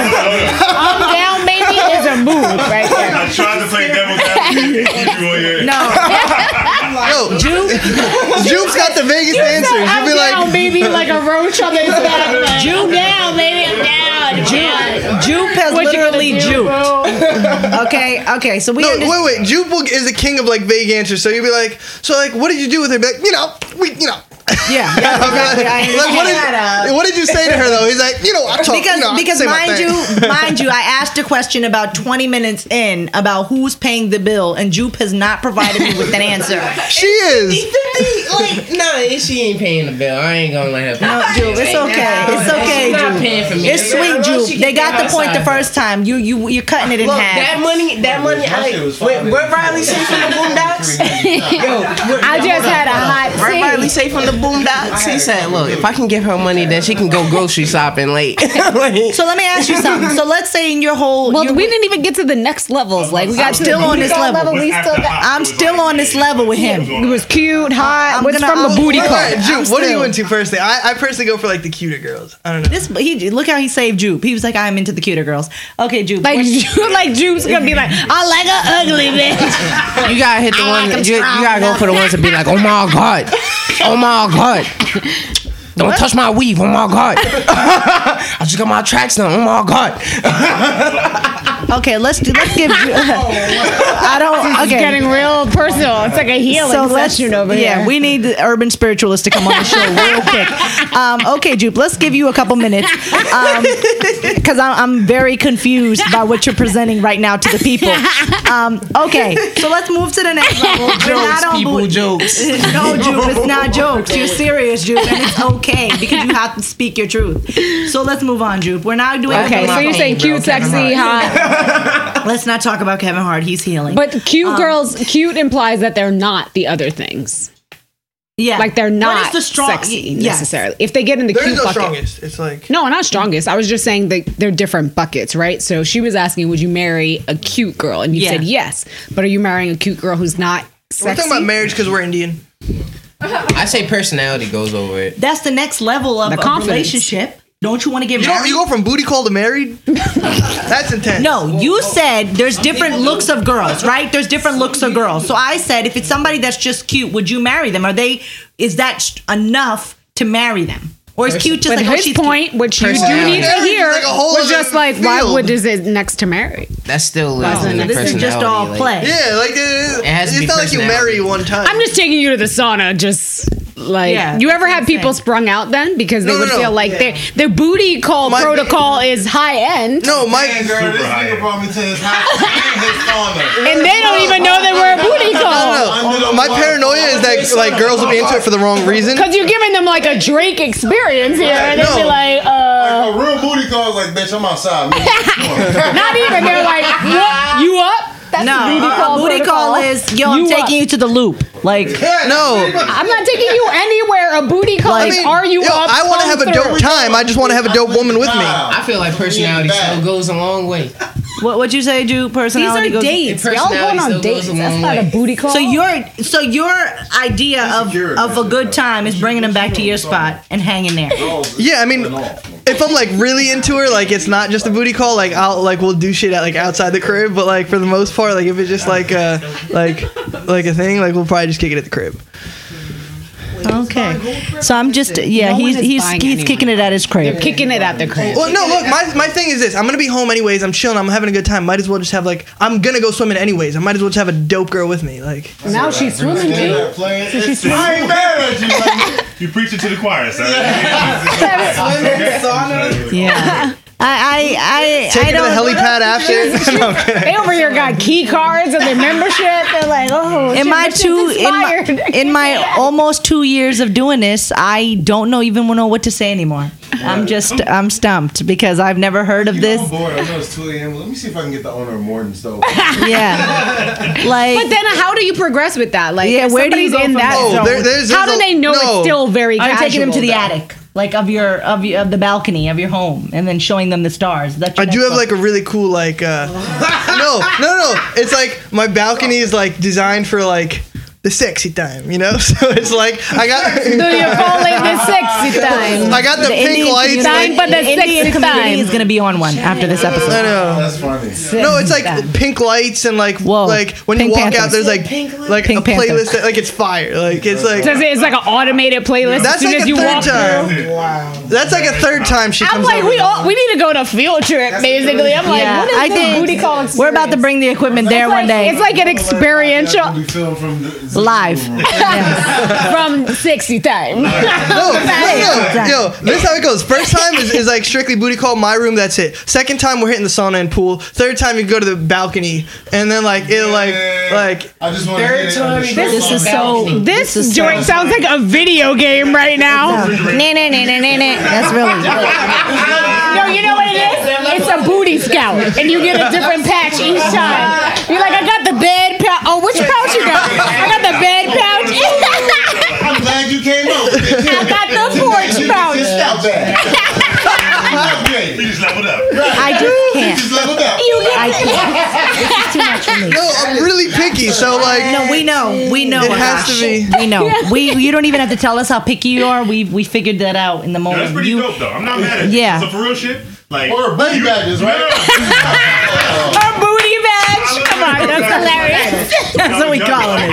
[SPEAKER 2] I'm down. Maybe is a move right there.
[SPEAKER 7] I'm trying to play devil's advocate. and keep you on your-
[SPEAKER 1] No,
[SPEAKER 4] Yo, Jupe's got the Vegas answer.
[SPEAKER 2] I'm
[SPEAKER 4] She'll be
[SPEAKER 2] down,
[SPEAKER 4] like,
[SPEAKER 2] baby, like a roach on his back. Like,
[SPEAKER 1] Jupe-
[SPEAKER 2] I'm down, baby. I'm down. Jude.
[SPEAKER 1] Jupe has literally Jupe. Okay, okay. So we
[SPEAKER 4] no,
[SPEAKER 1] under-
[SPEAKER 4] wait, wait. Jupe will- is the king of like vague answers. So you'll be like, so like, what did you do with her? Be like, you know, we, you know.
[SPEAKER 1] yeah. yeah,
[SPEAKER 4] I'll be
[SPEAKER 1] exactly. I ain't
[SPEAKER 4] like, what,
[SPEAKER 1] making that up.
[SPEAKER 4] did, what did you say to her though? He's like, you know, I talk,
[SPEAKER 1] because
[SPEAKER 4] you know, I
[SPEAKER 1] because
[SPEAKER 4] say my
[SPEAKER 1] mind
[SPEAKER 4] thing.
[SPEAKER 1] you, mind you, I asked a question about 20 minutes in about who's paying the bill, and Jupe has not provided me with an answer.
[SPEAKER 4] she is.
[SPEAKER 3] like
[SPEAKER 6] No, she ain't paying the bill. I ain't gonna let her.
[SPEAKER 1] No, Uh, Jupe, it's okay. It's
[SPEAKER 6] She's
[SPEAKER 1] okay,
[SPEAKER 6] not
[SPEAKER 1] Jupe.
[SPEAKER 6] paying for me.
[SPEAKER 1] It's sweet, Jupe. They got the point the first time. You you you're cutting it in
[SPEAKER 3] Look, that
[SPEAKER 1] half.
[SPEAKER 3] money, that money.
[SPEAKER 5] My
[SPEAKER 3] I,
[SPEAKER 5] shit was
[SPEAKER 3] where,
[SPEAKER 5] fine.
[SPEAKER 3] where Riley say from the boondocks? Yo, where-
[SPEAKER 2] I just had a hot
[SPEAKER 3] where Riley
[SPEAKER 2] tea.
[SPEAKER 3] say from the boondocks? He said, "Look, if I can give her money, then she can go grocery shopping." Like, like
[SPEAKER 1] So let me ask you something. So let's say in your whole
[SPEAKER 2] Well,
[SPEAKER 1] your-
[SPEAKER 2] we didn't even get to the next levels. Like we got to
[SPEAKER 1] still
[SPEAKER 2] the
[SPEAKER 1] on this
[SPEAKER 2] default
[SPEAKER 1] level.
[SPEAKER 2] We
[SPEAKER 7] What's
[SPEAKER 2] still
[SPEAKER 7] after
[SPEAKER 2] got.
[SPEAKER 7] hot?
[SPEAKER 1] I'm still on this level with him.
[SPEAKER 2] It was cute, hot.
[SPEAKER 1] I'm
[SPEAKER 2] What's
[SPEAKER 1] gonna-
[SPEAKER 2] from the
[SPEAKER 1] I'm-
[SPEAKER 2] booty
[SPEAKER 4] All right,
[SPEAKER 2] call?
[SPEAKER 4] Jupe, what are you
[SPEAKER 1] still-
[SPEAKER 4] into first thing? I, I personally go for like the cuter girls. I don't know.
[SPEAKER 1] This he look how he saved Jupe. He was like, I'm into the cuter girls. Okay, Jupe.
[SPEAKER 2] Like,
[SPEAKER 1] what-
[SPEAKER 2] Ju- like Jude's gonna be like, I like a ugly bitch.
[SPEAKER 3] you gotta hit the ones. you, you gotta go for the ones that be like, "Oh my god, oh my god." Don't touch my weave, oh my god! I just got my tracks done, oh my god!
[SPEAKER 1] okay, let's do. Let's give. Ju- I don't.
[SPEAKER 2] It's
[SPEAKER 1] Okay.
[SPEAKER 2] getting real personal. It's like a healing
[SPEAKER 1] so let's,
[SPEAKER 2] session over
[SPEAKER 1] yeah,
[SPEAKER 2] here.
[SPEAKER 1] we need the urban spiritualist to come on the show real quick. Um, okay, Jupe, let's give you a couple minutes because I'm, I'm very confused by what you're presenting right now to the people. Um, okay, so let's move to the next level. We're not on
[SPEAKER 3] People
[SPEAKER 1] boot-
[SPEAKER 3] jokes.
[SPEAKER 1] No, Jupe, it's not jokes. You're serious, Jupe, and it's okay because you have to speak your truth. So let's move on, Jupe. We're not doing
[SPEAKER 2] okay, so
[SPEAKER 1] Kevin
[SPEAKER 2] you're
[SPEAKER 1] Hart.
[SPEAKER 2] saying cute, sexy, hot,
[SPEAKER 1] let's not talk about Kevin Hart. He's healing.
[SPEAKER 2] but cute
[SPEAKER 1] Um,
[SPEAKER 2] girls. Cute implies that they're not the other things.
[SPEAKER 1] yeah,
[SPEAKER 2] Like they're not
[SPEAKER 1] What is the strong-
[SPEAKER 2] sexy
[SPEAKER 1] Yes.
[SPEAKER 2] necessarily. If they get in the
[SPEAKER 4] There
[SPEAKER 2] cute
[SPEAKER 4] is no
[SPEAKER 2] bucket.
[SPEAKER 4] strongest. It's like
[SPEAKER 2] No, not strongest. I was just saying that they're different buckets, right? So she was asking, would you marry a cute girl? And you
[SPEAKER 1] Yeah.
[SPEAKER 2] said yes. But are you marrying a cute girl who's not
[SPEAKER 4] we're
[SPEAKER 2] sexy?
[SPEAKER 4] talking about marriage because we're Indian.
[SPEAKER 6] I say personality goes over it.
[SPEAKER 1] That's the next level of
[SPEAKER 2] The
[SPEAKER 1] a
[SPEAKER 2] confidence.
[SPEAKER 1] relationship. Don't you want to get
[SPEAKER 4] You don't.
[SPEAKER 1] married?
[SPEAKER 4] You go from booty call to married. That's intense.
[SPEAKER 1] No, you said there's different looks of girls, right? There's different looks of girls. So I said, if it's somebody that's just cute, would you marry them? Are they? Is that sh- enough to marry them? Or is cute just
[SPEAKER 2] But
[SPEAKER 1] like oh,
[SPEAKER 2] his
[SPEAKER 1] she's
[SPEAKER 2] point, which you do
[SPEAKER 3] Personality.
[SPEAKER 2] need to
[SPEAKER 4] Marriage is
[SPEAKER 2] hear,
[SPEAKER 4] like a whole
[SPEAKER 2] was
[SPEAKER 4] other
[SPEAKER 2] just like, why
[SPEAKER 4] field.
[SPEAKER 2] would is it next to marry?
[SPEAKER 6] That's still
[SPEAKER 2] That's
[SPEAKER 6] losing
[SPEAKER 2] not-
[SPEAKER 6] the
[SPEAKER 1] Cute? This is just
[SPEAKER 6] personality,
[SPEAKER 1] all
[SPEAKER 6] like-
[SPEAKER 1] play.
[SPEAKER 4] Yeah, like uh,
[SPEAKER 6] It has to
[SPEAKER 4] it's
[SPEAKER 6] be
[SPEAKER 4] not like you marry
[SPEAKER 6] personality.
[SPEAKER 4] one time.
[SPEAKER 2] I'm just taking you to the sauna, just like
[SPEAKER 1] Yeah,
[SPEAKER 2] you
[SPEAKER 1] that's
[SPEAKER 2] ever
[SPEAKER 1] what
[SPEAKER 2] had
[SPEAKER 1] I'm
[SPEAKER 2] people
[SPEAKER 1] saying.
[SPEAKER 2] sprung out then because they
[SPEAKER 4] No, no,
[SPEAKER 2] would
[SPEAKER 4] no.
[SPEAKER 2] feel like their their booty call
[SPEAKER 4] My-
[SPEAKER 2] protocol is high end,
[SPEAKER 4] no, my
[SPEAKER 5] Man, girl, this
[SPEAKER 7] Super high.
[SPEAKER 5] nigga brought me to his house and his sauna.
[SPEAKER 2] and they don't even know they were a booty call
[SPEAKER 5] Under
[SPEAKER 4] no, no.
[SPEAKER 5] the
[SPEAKER 4] My
[SPEAKER 5] water.
[SPEAKER 4] paranoia is that like girls will be into it for the wrong reason.
[SPEAKER 2] because you're giving them like a Drake experience here, and they'd be
[SPEAKER 4] No.
[SPEAKER 2] like, uh,
[SPEAKER 5] Like, a real booty call is like, bitch, I'm outside. Man. Come on.
[SPEAKER 2] not even. They're like, what? You up? That's
[SPEAKER 1] No, uh,
[SPEAKER 2] the
[SPEAKER 4] Uh,
[SPEAKER 2] booty call.
[SPEAKER 1] booty
[SPEAKER 2] protocol.
[SPEAKER 1] call is yo. I'm
[SPEAKER 2] You uh,
[SPEAKER 1] taking
[SPEAKER 2] up.
[SPEAKER 1] you to the loop. Like
[SPEAKER 4] No.
[SPEAKER 2] I'm not taking you anywhere. A booty call
[SPEAKER 4] I
[SPEAKER 2] is,
[SPEAKER 4] mean,
[SPEAKER 2] are you
[SPEAKER 4] yo,
[SPEAKER 2] up?
[SPEAKER 4] I want to
[SPEAKER 2] Come
[SPEAKER 4] have a dope
[SPEAKER 2] through.
[SPEAKER 4] time. I just want to have a dope woman with me.
[SPEAKER 5] Nah.
[SPEAKER 6] I feel like personality still goes a long way.
[SPEAKER 1] what? What you say, Drew?
[SPEAKER 2] These
[SPEAKER 1] Personality.
[SPEAKER 2] are
[SPEAKER 1] goes-
[SPEAKER 2] dates.
[SPEAKER 6] Your
[SPEAKER 2] Y'all going
[SPEAKER 6] personality
[SPEAKER 2] on
[SPEAKER 6] still
[SPEAKER 2] dates.
[SPEAKER 6] goes a
[SPEAKER 2] That's
[SPEAKER 6] long
[SPEAKER 2] not a
[SPEAKER 6] way.
[SPEAKER 2] booty call.
[SPEAKER 1] So your so your idea of
[SPEAKER 5] Insecure,
[SPEAKER 1] of a
[SPEAKER 5] man.
[SPEAKER 1] good time is bringing them back to your spot and hanging there.
[SPEAKER 4] Yeah, I mean, if I'm like really into her, like it's not just a booty call. Like I'll like we'll do shit at like outside the crib, but like for the most part, like if it's just like uh like like a thing, like we'll probably just kick it at the crib.
[SPEAKER 1] Okay. So I'm just yeah.
[SPEAKER 2] No one
[SPEAKER 1] he's
[SPEAKER 2] is
[SPEAKER 1] he's
[SPEAKER 2] buying
[SPEAKER 1] he's
[SPEAKER 2] anyone.
[SPEAKER 1] kicking it at his crib.
[SPEAKER 2] kicking it out the crib.
[SPEAKER 4] Well, no, look, my, my thing is this: I'm gonna be home anyways. I'm chilling. I'm having a good time. Might as well just have like I'm gonna go swimming anyways. I might as well just have a dope girl with me. Like
[SPEAKER 2] Now she's swimming,
[SPEAKER 5] Stand
[SPEAKER 2] dude.
[SPEAKER 5] up playing. It's- I ain't mad at you. Like,
[SPEAKER 7] You preaching to the choir, son. Yeah.
[SPEAKER 1] Yeah. I I I
[SPEAKER 4] take
[SPEAKER 1] I
[SPEAKER 4] her to the
[SPEAKER 1] don't.
[SPEAKER 4] helipad after. no, I'm kidding.
[SPEAKER 2] They over here got key cards and their membership. They're like, oh, shit,
[SPEAKER 1] in my
[SPEAKER 2] this
[SPEAKER 1] two
[SPEAKER 2] shit's
[SPEAKER 1] in my,
[SPEAKER 2] expired.
[SPEAKER 1] in my almost two years of doing this, I don't know even know what to say anymore. I'm just I'm stumped because I've never heard of
[SPEAKER 5] you
[SPEAKER 1] this.
[SPEAKER 5] know I'm bored. I know it's 2 a.m. Let me see if I can get the owner of Morton's though.
[SPEAKER 1] Yeah,
[SPEAKER 2] But
[SPEAKER 1] like
[SPEAKER 2] then, how do you progress with that? Like,
[SPEAKER 1] Yeah,
[SPEAKER 2] if
[SPEAKER 1] where do you
[SPEAKER 2] somebody's
[SPEAKER 1] go
[SPEAKER 2] in
[SPEAKER 1] from
[SPEAKER 2] that
[SPEAKER 1] there?
[SPEAKER 4] Oh,
[SPEAKER 2] zone?
[SPEAKER 4] there- there's-
[SPEAKER 2] how do
[SPEAKER 4] there's a-
[SPEAKER 2] they know
[SPEAKER 4] no.
[SPEAKER 2] it's still very?
[SPEAKER 1] I'm taking them to the
[SPEAKER 2] casual, though?
[SPEAKER 1] attic, like of your of your, of the balcony of your home, and then showing them the stars. That's
[SPEAKER 4] I
[SPEAKER 1] your
[SPEAKER 4] do
[SPEAKER 1] next
[SPEAKER 4] have like a really cool like uh no no no no. it's like my balcony is like designed for like the sexy time you know so it's like I got
[SPEAKER 2] Do you call it the sexy time?
[SPEAKER 4] I got the, pink
[SPEAKER 1] Indian
[SPEAKER 4] lights.
[SPEAKER 1] community-
[SPEAKER 2] Time for the
[SPEAKER 1] Indian
[SPEAKER 2] sexy
[SPEAKER 1] community
[SPEAKER 2] time.
[SPEAKER 1] is gonna be on one after this episode.
[SPEAKER 4] I know.
[SPEAKER 5] That's funny.
[SPEAKER 4] Uh, No, it's like pink lights and like
[SPEAKER 1] Whoa.
[SPEAKER 4] like when
[SPEAKER 1] Pink
[SPEAKER 4] you walk out,
[SPEAKER 1] Panthers.
[SPEAKER 4] there's like like
[SPEAKER 1] Pink
[SPEAKER 4] a
[SPEAKER 1] Panther.
[SPEAKER 4] playlist that, like it's fire. Like it's like
[SPEAKER 2] Does it- It's like an automated playlist as
[SPEAKER 4] that's
[SPEAKER 2] soon
[SPEAKER 4] like
[SPEAKER 2] as
[SPEAKER 4] a
[SPEAKER 2] you
[SPEAKER 4] third
[SPEAKER 2] walk through.
[SPEAKER 7] Yeah.
[SPEAKER 5] time. Wow.
[SPEAKER 4] that's like a third time she
[SPEAKER 2] I'm
[SPEAKER 4] comes
[SPEAKER 2] like,
[SPEAKER 4] over.
[SPEAKER 2] we all we need to go on a field trip, basically. I'm like,
[SPEAKER 1] Yeah,
[SPEAKER 2] what is
[SPEAKER 1] I
[SPEAKER 2] this
[SPEAKER 1] think
[SPEAKER 2] booty call experience?
[SPEAKER 1] We're about to bring the equipment there
[SPEAKER 2] It's
[SPEAKER 1] one
[SPEAKER 2] like-
[SPEAKER 1] day.
[SPEAKER 2] It's like an experiential
[SPEAKER 5] We filmed from the
[SPEAKER 1] live.
[SPEAKER 2] from sexy time.
[SPEAKER 4] no, no, no, yo, this is how it goes. First time is, is like strictly booty call, my room, that's it. Second time we're hitting the sauna and pool. Third time you go to the balcony, and then like it like like
[SPEAKER 5] I just want to
[SPEAKER 6] Third
[SPEAKER 5] get it on the
[SPEAKER 6] time.
[SPEAKER 5] show.
[SPEAKER 1] This is so.
[SPEAKER 2] This, joint sounds like a video game right
[SPEAKER 1] Nah,
[SPEAKER 2] now.
[SPEAKER 1] nah, nah, nah, nah, nah. That's really.
[SPEAKER 2] No, you know what it is? It's a booty scout, and you get a different patch each time. You're like, I got the bed pouch. Oh, which pouch you got? I got the bed pouch.
[SPEAKER 5] I'm glad you came out.
[SPEAKER 2] I got the porch
[SPEAKER 5] Just
[SPEAKER 2] pouch.
[SPEAKER 5] shout back.
[SPEAKER 7] We
[SPEAKER 5] Upgrade.
[SPEAKER 7] just leveled up.
[SPEAKER 1] I just can't.
[SPEAKER 5] Just leveled up.
[SPEAKER 2] You get
[SPEAKER 1] I can't. It's too much for me.
[SPEAKER 4] no, I'm really picky, so like
[SPEAKER 1] No, we know. We know.
[SPEAKER 4] It has
[SPEAKER 1] Akash.
[SPEAKER 4] to be.
[SPEAKER 1] We know. We. You don't even have to tell us how picky you are. We. We figured that out in the
[SPEAKER 7] No,
[SPEAKER 1] moment.
[SPEAKER 7] that's pretty
[SPEAKER 1] you,
[SPEAKER 7] dope though. I'm not mad at you.
[SPEAKER 1] Yeah.
[SPEAKER 7] So for real shit, like
[SPEAKER 5] Or booty badges, right?
[SPEAKER 2] a booty badge. Come on, that's hilarious.
[SPEAKER 1] That's what we call it.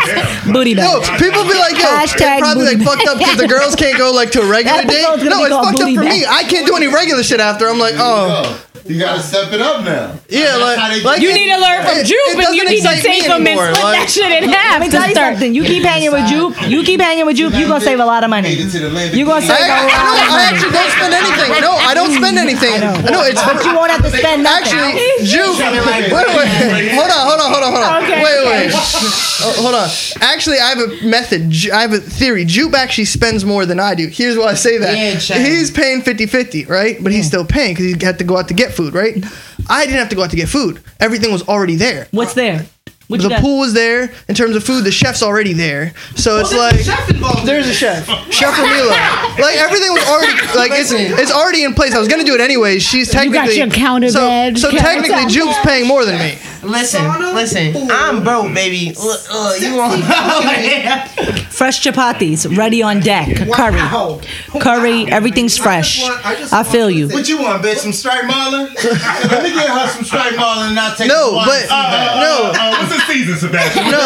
[SPEAKER 1] Booty
[SPEAKER 4] No,
[SPEAKER 1] bag.
[SPEAKER 4] people be like, yo,
[SPEAKER 1] Hashtag
[SPEAKER 4] it's probably like
[SPEAKER 1] booty-
[SPEAKER 4] fucked up because the girls can't go like to a regular
[SPEAKER 1] That
[SPEAKER 4] date.
[SPEAKER 1] episode's gonna
[SPEAKER 4] No,
[SPEAKER 1] be
[SPEAKER 4] it's
[SPEAKER 1] called
[SPEAKER 4] fucked up
[SPEAKER 1] Booty
[SPEAKER 4] for me.
[SPEAKER 1] Bash.
[SPEAKER 4] I can't do any regular shit after. I'm like, oh
[SPEAKER 5] Oh, you gotta step it up now.
[SPEAKER 4] yeah,
[SPEAKER 5] how they
[SPEAKER 4] like, like
[SPEAKER 5] do it.
[SPEAKER 2] You need to learn from
[SPEAKER 4] it-
[SPEAKER 2] Jupe,
[SPEAKER 4] it
[SPEAKER 2] and you
[SPEAKER 4] doesn't
[SPEAKER 2] need to
[SPEAKER 4] excite me
[SPEAKER 2] take them and
[SPEAKER 4] anymore,
[SPEAKER 2] split that
[SPEAKER 4] like-
[SPEAKER 2] shit in half.
[SPEAKER 1] Let me tell
[SPEAKER 2] to
[SPEAKER 1] you
[SPEAKER 2] start.
[SPEAKER 1] something. You keep hanging with Jupe. You keep hanging with Jupe. You're gonna save a lot of money.
[SPEAKER 5] Made it to the land of
[SPEAKER 1] You're gonna
[SPEAKER 5] the
[SPEAKER 1] save
[SPEAKER 4] I,
[SPEAKER 1] a
[SPEAKER 4] I,
[SPEAKER 1] lot of
[SPEAKER 4] no, I
[SPEAKER 1] money.
[SPEAKER 4] actually don't spend anything. No, I don't spend anything. No, it's
[SPEAKER 1] But you won't have to spend nothing.
[SPEAKER 4] Actually, Jupe, wait, wait, hold on, hold on, hold on, hold on.
[SPEAKER 2] Okay,
[SPEAKER 4] wait,
[SPEAKER 2] okay.
[SPEAKER 4] wait, Oh, hold on. Actually, I have a method. Ju- I have a theory. Jupe actually spends more than I do. Here's why I say that.
[SPEAKER 6] Yeah, child.
[SPEAKER 4] he's paying 50-50, right? But he's still paying because he had to go out to get food, right? I didn't have to go out to get food. Everything was already there.
[SPEAKER 1] What's there? What you
[SPEAKER 4] The
[SPEAKER 1] got?
[SPEAKER 4] pool was there in terms of food. The chef's already there, so it's like there's a chef, Chef Ramila. like everything was already like it's, it's already in place. I was gonna do it anyways. She's
[SPEAKER 2] got
[SPEAKER 4] technically
[SPEAKER 2] your counter
[SPEAKER 4] so,
[SPEAKER 2] bed,
[SPEAKER 4] so
[SPEAKER 2] counter
[SPEAKER 4] technically
[SPEAKER 2] top.
[SPEAKER 4] Jupe's paying more than me.
[SPEAKER 3] Listen,
[SPEAKER 6] Sauna?
[SPEAKER 3] listen.
[SPEAKER 6] Ooh.
[SPEAKER 3] I'm broke, baby. Look, uh, you want?
[SPEAKER 1] Fresh chapatis, ready on deck.
[SPEAKER 6] Wow.
[SPEAKER 1] Curry, curry, everything's fresh.
[SPEAKER 6] want- I just
[SPEAKER 1] I feel
[SPEAKER 6] want-
[SPEAKER 1] you.
[SPEAKER 5] What you want, bitch? Some striped marlin? Let me get her some striped marlin and I'll take
[SPEAKER 4] No,
[SPEAKER 5] the wine
[SPEAKER 4] but-
[SPEAKER 5] and see
[SPEAKER 7] Uh,
[SPEAKER 5] that.
[SPEAKER 7] uh, uh, what's the season, Sebastian? No,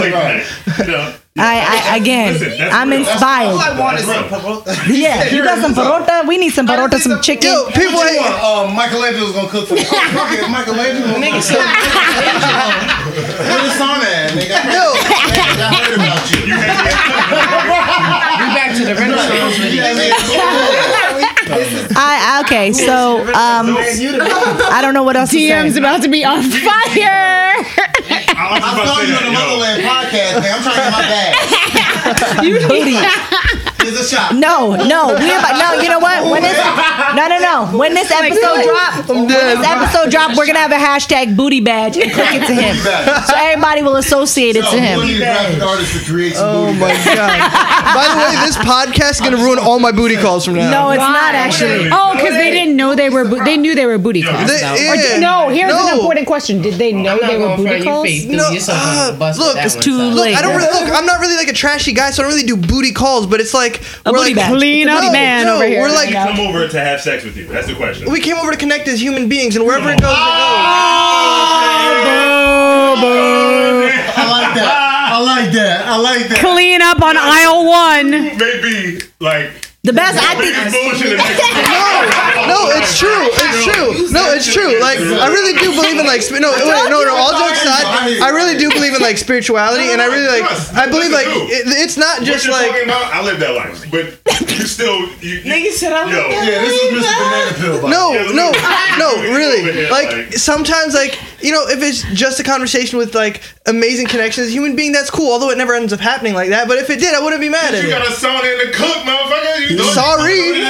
[SPEAKER 7] what's going on? Play that. You know?
[SPEAKER 1] I, I again,
[SPEAKER 7] Listen, that's
[SPEAKER 1] I'm
[SPEAKER 5] All
[SPEAKER 7] real.
[SPEAKER 1] inspired.
[SPEAKER 5] I want is some
[SPEAKER 7] Bro.
[SPEAKER 5] parota.
[SPEAKER 1] Yeah, you got some parota. We need some parota, some chicken.
[SPEAKER 4] Yo, people
[SPEAKER 5] What you
[SPEAKER 4] hate.
[SPEAKER 5] want? Uh, Michelangelo's gonna cook for you. Okay, Michelangelo. Nigga, so. Where the sauna at, nigga?
[SPEAKER 4] Yo,
[SPEAKER 5] I heard about you.
[SPEAKER 7] You had
[SPEAKER 6] back to the Renaissance.
[SPEAKER 5] You
[SPEAKER 6] lady.
[SPEAKER 5] had me at
[SPEAKER 1] I okay, so um, I don't know what else to
[SPEAKER 2] DM's
[SPEAKER 1] say.
[SPEAKER 2] about to be on fire.
[SPEAKER 7] I was just
[SPEAKER 5] I
[SPEAKER 7] about
[SPEAKER 5] saw
[SPEAKER 7] to say
[SPEAKER 5] you on the
[SPEAKER 7] that.
[SPEAKER 5] Motherland podcast, man. I'm trying to get my bag.
[SPEAKER 1] Booty.
[SPEAKER 5] Here's a shot.
[SPEAKER 1] No, no, we about no. You know what? When this, no, no, no. When this episode drop, when this episode drop, we're gonna have a hashtag booty badge and click it to him, so everybody will associate it to
[SPEAKER 5] Who
[SPEAKER 1] him.
[SPEAKER 5] needs graphic artists to create some
[SPEAKER 4] Oh my god! By the way, this podcast is gonna ruin all my booty calls from now.
[SPEAKER 1] No,
[SPEAKER 4] on.
[SPEAKER 1] it's not actually.
[SPEAKER 2] Oh, because they didn't know they were. Bo- they knew they were booty calls.
[SPEAKER 4] They-
[SPEAKER 2] though.
[SPEAKER 4] yeah.
[SPEAKER 2] Or did- no, here's
[SPEAKER 4] No.
[SPEAKER 2] an important question: Did they know
[SPEAKER 6] I'm not
[SPEAKER 2] they were
[SPEAKER 6] going
[SPEAKER 2] booty
[SPEAKER 6] in front of your
[SPEAKER 2] calls?
[SPEAKER 6] face. 'cause You're so
[SPEAKER 4] uh,
[SPEAKER 6] gonna bust
[SPEAKER 4] look,
[SPEAKER 6] that
[SPEAKER 4] it's
[SPEAKER 6] one
[SPEAKER 1] too
[SPEAKER 6] time.
[SPEAKER 1] late.
[SPEAKER 4] I don't really look. I'm not really like a trashy guy, so I don't really do booty calls. But it's like
[SPEAKER 1] A
[SPEAKER 4] we're
[SPEAKER 1] booty
[SPEAKER 4] like
[SPEAKER 1] bash.
[SPEAKER 2] Clean
[SPEAKER 4] no,
[SPEAKER 2] up man
[SPEAKER 4] no,
[SPEAKER 2] over here.
[SPEAKER 4] We're
[SPEAKER 7] You
[SPEAKER 4] like
[SPEAKER 7] come over to have sex with you. That's the question.
[SPEAKER 4] we came over to connect as human beings, and wherever it goes,
[SPEAKER 5] I like that. I like that. I like that.
[SPEAKER 2] clean up on aisle one.
[SPEAKER 7] Maybe like
[SPEAKER 1] The best I
[SPEAKER 7] biggest
[SPEAKER 1] think.
[SPEAKER 7] bullshit. in the-
[SPEAKER 4] No, no, it's true. It's true. No, it's true. Like I really do believe in like sp- no, wait, no, no. All jokes aside, I really do believe in like spirituality, and I really like I believe like it, it's not
[SPEAKER 7] What
[SPEAKER 4] just
[SPEAKER 7] you're
[SPEAKER 4] like
[SPEAKER 7] talking about, I live that life, but you still you. you Nigga said I live
[SPEAKER 5] Yeah, this is Mr. Banana Pill. By
[SPEAKER 4] No,
[SPEAKER 5] the way.
[SPEAKER 4] no, no, really.
[SPEAKER 7] Yeah,
[SPEAKER 4] Like
[SPEAKER 7] like-
[SPEAKER 4] sometimes, like you know, if it's just a conversation with like amazing connections, as a human being, that's cool. Although it never ends up happening like that. But if it did, I wouldn't be mad at
[SPEAKER 7] You
[SPEAKER 4] it.
[SPEAKER 7] got a sauna in the cook, motherfucker. You don't-
[SPEAKER 4] Sorry.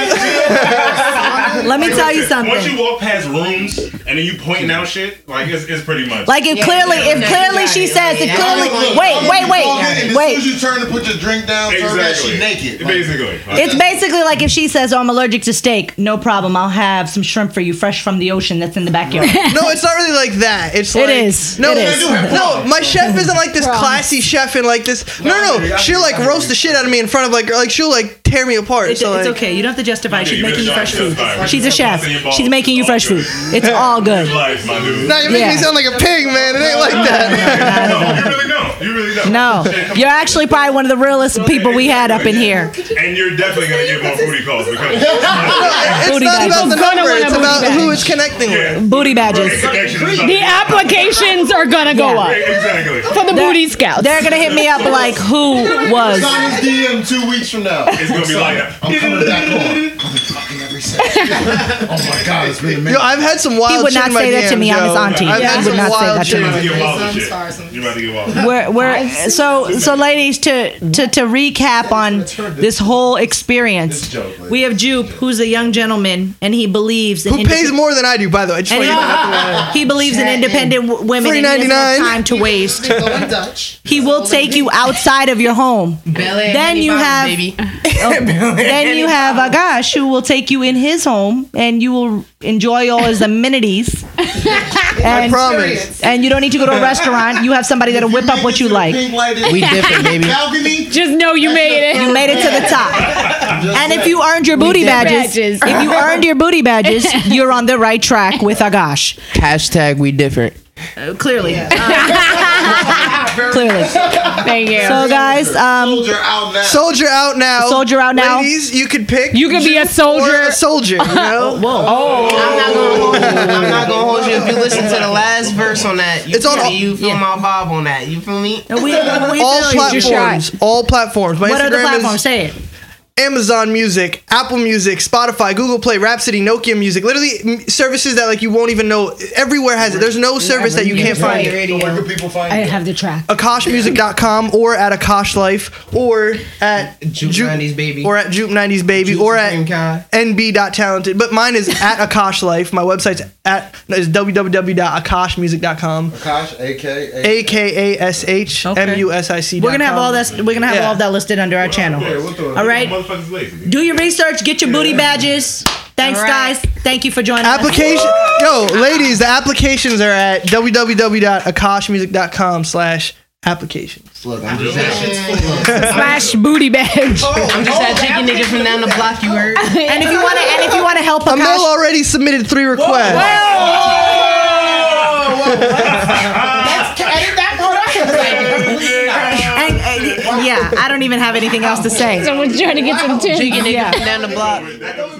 [SPEAKER 1] Let me tell you
[SPEAKER 7] Once
[SPEAKER 1] something.
[SPEAKER 7] you walk past rooms and then you pointing out shit, like it's, it's pretty much.
[SPEAKER 1] Like if
[SPEAKER 6] Yeah,
[SPEAKER 1] clearly,
[SPEAKER 6] yeah,
[SPEAKER 1] if
[SPEAKER 6] yeah,
[SPEAKER 1] clearly
[SPEAKER 6] yeah,
[SPEAKER 1] she
[SPEAKER 6] yeah,
[SPEAKER 1] says, if
[SPEAKER 6] yeah.
[SPEAKER 1] clearly,
[SPEAKER 5] Look,
[SPEAKER 1] wait, wait,
[SPEAKER 5] walk in,
[SPEAKER 1] wait, wait.
[SPEAKER 5] and As soon as you turn to put your drink down, turn that
[SPEAKER 7] exactly.
[SPEAKER 5] shit naked. Like,
[SPEAKER 7] Basically.
[SPEAKER 1] It's basically like if she says, "Oh, I'm allergic to steak. No problem. I'll have some shrimp for you, fresh from the ocean that's in the backyard."
[SPEAKER 4] No, it's not really like that. It's
[SPEAKER 1] It
[SPEAKER 4] like
[SPEAKER 1] is.
[SPEAKER 4] No,
[SPEAKER 1] It is.
[SPEAKER 4] no. My chef isn't like this classy chef and like this. No, no. She'll like roast the shit out of me in front of like like she'll like tear me apart.
[SPEAKER 1] It's,
[SPEAKER 4] so like,
[SPEAKER 1] it's okay. You don't have to justify. She's
[SPEAKER 7] you
[SPEAKER 1] making
[SPEAKER 7] really
[SPEAKER 1] you
[SPEAKER 7] don't have
[SPEAKER 1] fresh
[SPEAKER 7] to
[SPEAKER 1] food.
[SPEAKER 7] justify.
[SPEAKER 1] She's a chef.
[SPEAKER 7] Nothing involved.
[SPEAKER 1] She's making you
[SPEAKER 7] It's
[SPEAKER 1] fresh
[SPEAKER 7] all
[SPEAKER 1] food. It's all good.
[SPEAKER 7] Life, my dude.
[SPEAKER 4] Now you're making me
[SPEAKER 1] Yeah.
[SPEAKER 4] sound like a pig, man. It ain't like that.
[SPEAKER 7] no, you really don't. You really don't.
[SPEAKER 1] No, you're actually probably one of the realest people we had up in here.
[SPEAKER 7] And you're definitely gonna get more booty calls because
[SPEAKER 4] It's
[SPEAKER 1] Booty
[SPEAKER 4] not
[SPEAKER 1] bag.
[SPEAKER 4] about the
[SPEAKER 2] People gonna
[SPEAKER 4] number.
[SPEAKER 2] want a
[SPEAKER 4] It's
[SPEAKER 2] booty
[SPEAKER 4] about
[SPEAKER 2] bag.
[SPEAKER 4] who it's connecting with.
[SPEAKER 7] yeah,
[SPEAKER 1] Booty
[SPEAKER 7] Right,
[SPEAKER 1] badges.
[SPEAKER 7] connection is
[SPEAKER 2] The
[SPEAKER 7] about-
[SPEAKER 2] applications are gonna go
[SPEAKER 1] Yeah.
[SPEAKER 2] up
[SPEAKER 7] Exactly.
[SPEAKER 2] for the booty scouts.
[SPEAKER 1] They're gonna hit me up like, who was?
[SPEAKER 5] Sign his DM two weeks from now.
[SPEAKER 7] It's gonna be like that.
[SPEAKER 5] I'm coming back on. I'll be fucking every second. Oh my god, it's been a
[SPEAKER 4] Yo,
[SPEAKER 5] minute.
[SPEAKER 4] I've had some wild.
[SPEAKER 1] He would
[SPEAKER 4] shit
[SPEAKER 1] not
[SPEAKER 4] in my
[SPEAKER 1] say that to me.
[SPEAKER 4] DMs,
[SPEAKER 1] I'm his
[SPEAKER 4] yo.
[SPEAKER 1] auntie.
[SPEAKER 4] I've
[SPEAKER 1] He
[SPEAKER 4] had
[SPEAKER 1] would
[SPEAKER 4] some
[SPEAKER 1] not say
[SPEAKER 4] wild
[SPEAKER 1] that to
[SPEAKER 4] shit.
[SPEAKER 7] You're about to
[SPEAKER 1] me.
[SPEAKER 7] get wild and shit.
[SPEAKER 6] Sorry, sorry.
[SPEAKER 7] You're about to get wild.
[SPEAKER 1] We're, we're, so so ladies to, to to recap on this whole experience we have Jupe who's a young gentleman and he believes in
[SPEAKER 4] Who pays
[SPEAKER 1] independ-
[SPEAKER 4] more than I do, by the way? I just
[SPEAKER 1] and
[SPEAKER 4] want you to know.
[SPEAKER 1] he, he believes in independent w- women and he has no
[SPEAKER 4] $3.99.
[SPEAKER 1] time to waste
[SPEAKER 6] They going Dutch.
[SPEAKER 1] he will take you outside of your home
[SPEAKER 6] Belly
[SPEAKER 1] Then you have-
[SPEAKER 6] baby.
[SPEAKER 1] then you have Agash who will take you in his home and you will enjoy all his amenities
[SPEAKER 4] I
[SPEAKER 1] and,
[SPEAKER 4] promise.
[SPEAKER 1] and you don't need to go to a restaurant you have somebody that'll whip up what you like
[SPEAKER 5] Pink light
[SPEAKER 3] We different, baby.
[SPEAKER 5] balcony.
[SPEAKER 2] Just know you made it.
[SPEAKER 1] you made it to the top And if you earned your booty
[SPEAKER 3] did.
[SPEAKER 1] badges,
[SPEAKER 2] Badges.
[SPEAKER 1] if you earned your booty badges, you're on the right track with Agash.
[SPEAKER 3] Hashtag we different.
[SPEAKER 1] Clearly. Clearly. So,
[SPEAKER 2] Thank you.
[SPEAKER 1] guys, um,
[SPEAKER 5] soldier out now.
[SPEAKER 4] Soldier out now.
[SPEAKER 1] Soldier out now.
[SPEAKER 4] Ladies, you could pick.
[SPEAKER 2] You could be a
[SPEAKER 4] Jew
[SPEAKER 2] soldier.
[SPEAKER 4] Or a soldier, you know?
[SPEAKER 6] I'm not gonna hold you. I'm not gonna hold you. If you listen to the last verse on that, you
[SPEAKER 4] It's on
[SPEAKER 6] feel
[SPEAKER 4] all-
[SPEAKER 6] me? You feel my bob on that. You feel me?
[SPEAKER 1] we, we
[SPEAKER 4] all
[SPEAKER 1] feel you.
[SPEAKER 4] platforms. All platforms. My
[SPEAKER 1] What
[SPEAKER 4] Instagram
[SPEAKER 1] are the platforms?
[SPEAKER 4] is
[SPEAKER 1] Say it.
[SPEAKER 4] Amazon Music, Apple Music, Spotify, Google Play, Rhapsody, Nokia Music. Literally m- services that like you won't even know. Everywhere has it. There's no service that you can't find it.
[SPEAKER 5] So where can people
[SPEAKER 2] I
[SPEAKER 5] find you?
[SPEAKER 2] have the track.
[SPEAKER 4] AkoshMusic.com or at Akash Life or at
[SPEAKER 6] Juke 90s baby.
[SPEAKER 4] or at Jupe 90s Baby
[SPEAKER 6] Juke
[SPEAKER 4] or
[SPEAKER 6] Supreme Kai.
[SPEAKER 4] at nb.talented. But mine is at Akash Life. My website's at no, is www.akashmusic.com.
[SPEAKER 5] Akash, aka.
[SPEAKER 4] A K A S H M U S I C.
[SPEAKER 1] We're gonna have all that. We're gonna have
[SPEAKER 4] Yeah.
[SPEAKER 1] all of that listed under our channel.
[SPEAKER 5] Yeah, we'll throw it.
[SPEAKER 1] All right.
[SPEAKER 7] Motherfuckers lazy.
[SPEAKER 1] Do your research. Get your booty badges. Thanks,
[SPEAKER 2] All right.
[SPEAKER 1] guys. Thank you for joining us. Oh,
[SPEAKER 4] Application, yo, ladies, the applications are at www.akashmusic.com slash applications.
[SPEAKER 5] Look, I'm just saying.
[SPEAKER 2] Slash booty badge.
[SPEAKER 6] I'm just that jiggy nigga from down the block you heard.
[SPEAKER 1] And if you want to, and if you want to help
[SPEAKER 4] Amel
[SPEAKER 1] Akash,
[SPEAKER 6] oh,
[SPEAKER 4] already submitted three requests.
[SPEAKER 6] Edit that part
[SPEAKER 1] and,
[SPEAKER 6] out.
[SPEAKER 1] and- yeah, I don't even have anything else to say.
[SPEAKER 2] Someone's trying to get some tips.
[SPEAKER 6] Jiggy nigga
[SPEAKER 2] Yeah.
[SPEAKER 6] from down the block.
[SPEAKER 7] That goes